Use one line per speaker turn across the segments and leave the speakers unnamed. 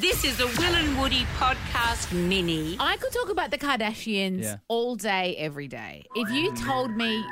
This is a Will and Woody podcast mini.
I could talk about the Kardashians
Yeah.
all day, every day. If you told me,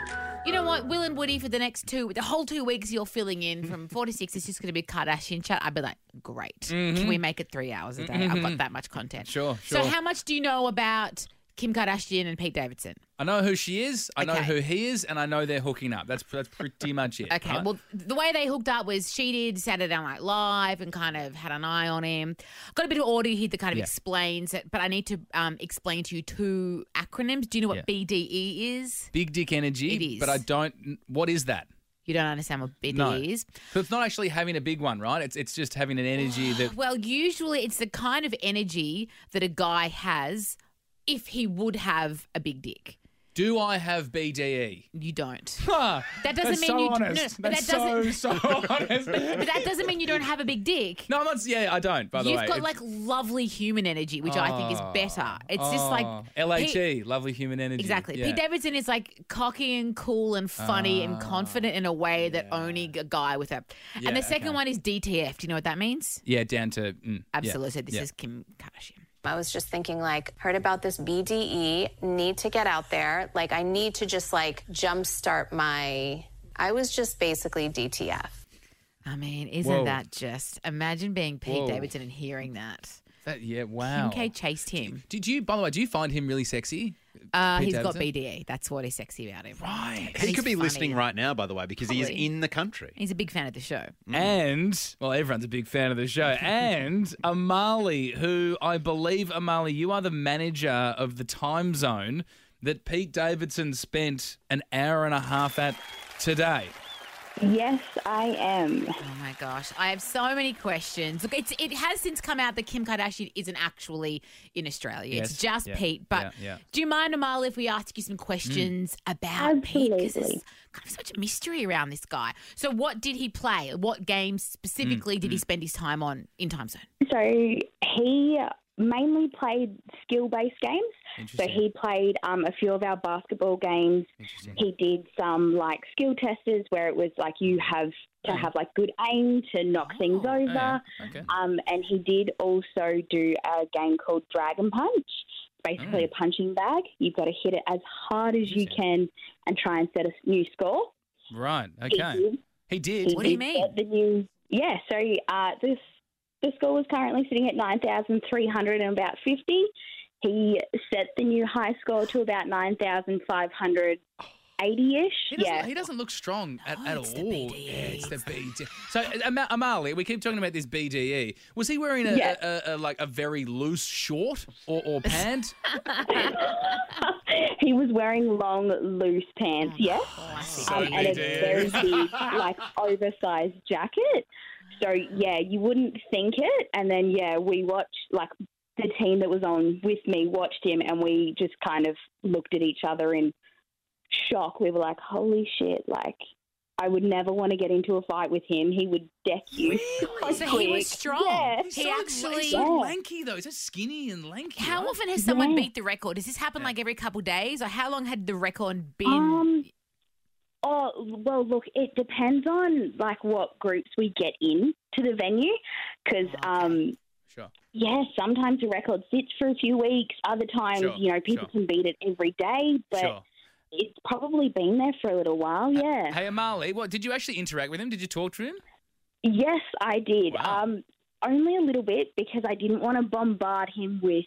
you know what, Will and Woody for the next two, the whole two weeks you're filling in from four to six, it's just going to be Kardashian chat, I'd be like, great. Can we make it three hours a day? I've got that much content.
Mm-hmm. Sure,
So,
sure.
how much do you know about Kim Kardashian and Pete Davidson?
I know who she is, I know
Okay.
who he is, and I know they're hooking up. That's that's pretty much it.
Okay,
right?
well, the way they hooked up was she did Saturday Night Live and kind of had an eye on him. Got a bit of audio here that kind of
Yeah.
explains it, but I need to um, explain to you two acronyms. Do you know what BDE is?
big dick energy.
It is.
But I don't. What is that?
You don't understand what BD
No.
is.
So it's not actually having a big one, right? It's it's just having an energy that.
Well, usually it's the kind of energy that a guy has if he would have a big dick.
Do I have BDE?
You don't.
Ah,
That doesn't
that's
mean
so
you.
honest.
No, but
that's
that doesn't.
so so honest.
But that doesn't mean you don't have a big dick.
No, I'm not. Yeah, I don't. By the
You've
way,
got
It's-
like lovely human energy, which I think is better. It's just like
Oh,
Pete-
LHE, lovely human energy.
Exactly.
Yeah. Ah.
Pete Davidson is like cocky and cool and funny and confident in a way that only a guy with a.
Yeah,
and the second
okay.
one is DTF. Do you know what that means?
yeah, down to mm, yeah,
Absolutely. So this
yeah.
is Kim Kardashian.
I was just thinking, like, heard about this BDE, need to get out there. Like, I need to just like jumpstart my. I was just basically DTF.
I mean, isn't
Whoa.
that just? Imagine being Pete
Whoa. Oh.
Davidson and hearing that.
That- yeah. Wow.
Kim K chased him.
Did you, by the way, do you find him really sexy?
Uh,
Pete
he's got
Davidson?
BDE. That's what is sexy about him.
Right.
And
He
he's
could be
funny.
listening right now, by the way, because he
Probably.
is in the country.
He's a big fan of the show.
And, well, everyone's a big fan of the show. And Amali, who I believe, Amali, you are the manager of the time zone that Pete Davidson spent an hour and a half at today.
Yes, I am.
Oh my gosh, I have so many questions. Look, it's it has since come out that Kim Kardashian isn't actually in Australia. It's
Yes.
just
Yeah.
Pete. But
Yeah. Yeah.
do you mind, Amal, if we ask you some questions about Pete? Because there's
Absolutely.
kind of such a mystery around this guy. So, what did he play? What games
Mm,
specifically did he spend his time on in time zone?
So he mainly played skill based games. So
Interesting.
he played um, a few of our basketball games.
Interesting.
He did some like skill testers where it was like you have to have like good aim to knock things
Oh,
over.
Okay.
Um, and he did also do a game called Dragon Punch. Basically, a punching bag. You've got to hit it as hard as you can and try and set a new score.
Right.
He
Okay.
did
He did.
What do you
did
mean?
get The new, yeah, so uh, this the score is currently sitting at nine thousand three hundred and about fifty. He set the new high score to about nine thousand five hundred eighty ish.
He doesn't,
Yeah.
he doesn't look strong at,
No,
at
it's the
all.
BDE.
Yeah, E. it's the BDE. So Ama- Amali, we keep talking about this BDE. Was he wearing a,
Yeah.
a, a, a like a very loose short or, or pant?
he was wearing long, loose pants, yes.
Oh, I see.
Um, and a very big, like, oversized jacket. So, yeah, you wouldn't think it. And then, yeah, we watched, like, the team that was on with me watched him, and we just kind of looked at each other in shock. We were like, holy shit, like, I would never want to get into a fight with him. He would deck you. so
So he was
quick.
strong.
Yeah.
He's
He
so,
actually.
he's so
Yeah.
lanky though. He's so skinny and lanky.
How
right?
often has someone
Yeah.
beat the record? Does this happen like every couple days, or how long had the record been?
Um, oh well, look, it depends on like what groups we get in to the venue, because
Oh,
um,
Sure.
yeah, sometimes the record sits for a few weeks. Other times,
Sure,
you know, people
sure.
can beat it every day, but
sure.
it's probably been there for a little while. Yeah.
Hey Amali, what did you actually interact with him? Did you talk to him?
Yes, I did.
Wow.
Um, only a little bit because I didn't want to bombard him with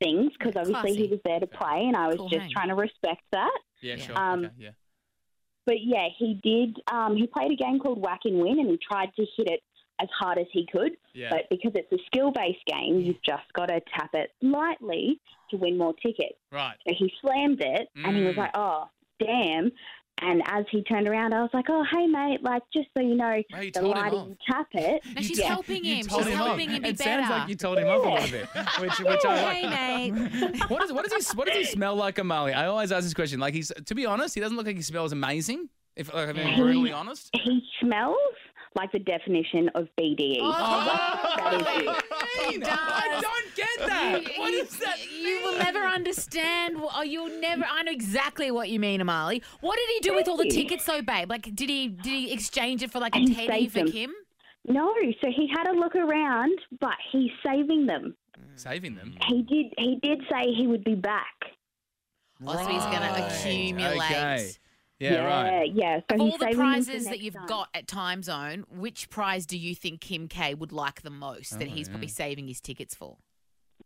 things because obviously
Classy.
he was there to play, and I was
Cool
just
hang.
trying to respect that.
Yeah,
Yeah.
sure.
Um,
okay, yeah.
But yeah, he did. Um, he played a game called Whack and Win, and he tried to hit it as hard as he could.
Yeah.
But because it's a skill-based game, you've just got to tap it lightly to win more tickets.
right.
So he slammed it, and he was
Mm.
like, "Oh, damn!" And as he turned around, I was like, "Oh, hey, mate! Like, just so you know,
Wow, you
the
told him
lighter
off.
you tap it,
No, she's
yeah.
helping
You
him.
told
She's
him off.
helping him be
It
better.
sounds like you told him off a little bit, which, which I like.
Hey, mate.
What, is, what does he What does he smell like, Amali? I always ask this question. Like he's, to be honest, he doesn't look like he smells amazing. If like, I'm being
Mm.
brutally honest.
he smells like the definition of E." BDE."
Oh.
That is it.
Mean. Oh, I don't get that. what is that?
You will never understand. wh- Oh, you'll never. I know exactly what you mean, Amali. What did he do with all the
Thank you.
tickets, though, babe? Like, did he did he exchange it for like a
He
teddy
saved
for
them.
Kim?
No, so he had a look around, but he's saving them.
Saving them.
He did. He did say he would be back.
Oh, so he's going to accumulate.
Okay. Yeah, right.
Yeah. So
Of
he's
all the
saving them for
prizes that
next
you've
time.
got at Time Zone, which prize do you think Kim K would like the most that he's probably
Mm.
saving his tickets for?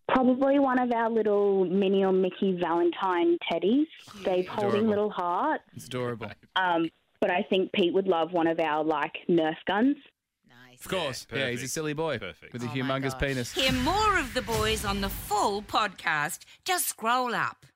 Probably one of our little mini or Mickey Valentine teddies. They're holding
Adorable.
little hearts.
It's adorable.
Um, but I think Pete would love one of our like Nerf guns.
Nice.
Of course. Yeah, he's a
perfect.
silly boy
Perfect.
with a
Oh my
humongous
gosh.
penis.
Hear more of the boys on the full podcast. Just scroll up.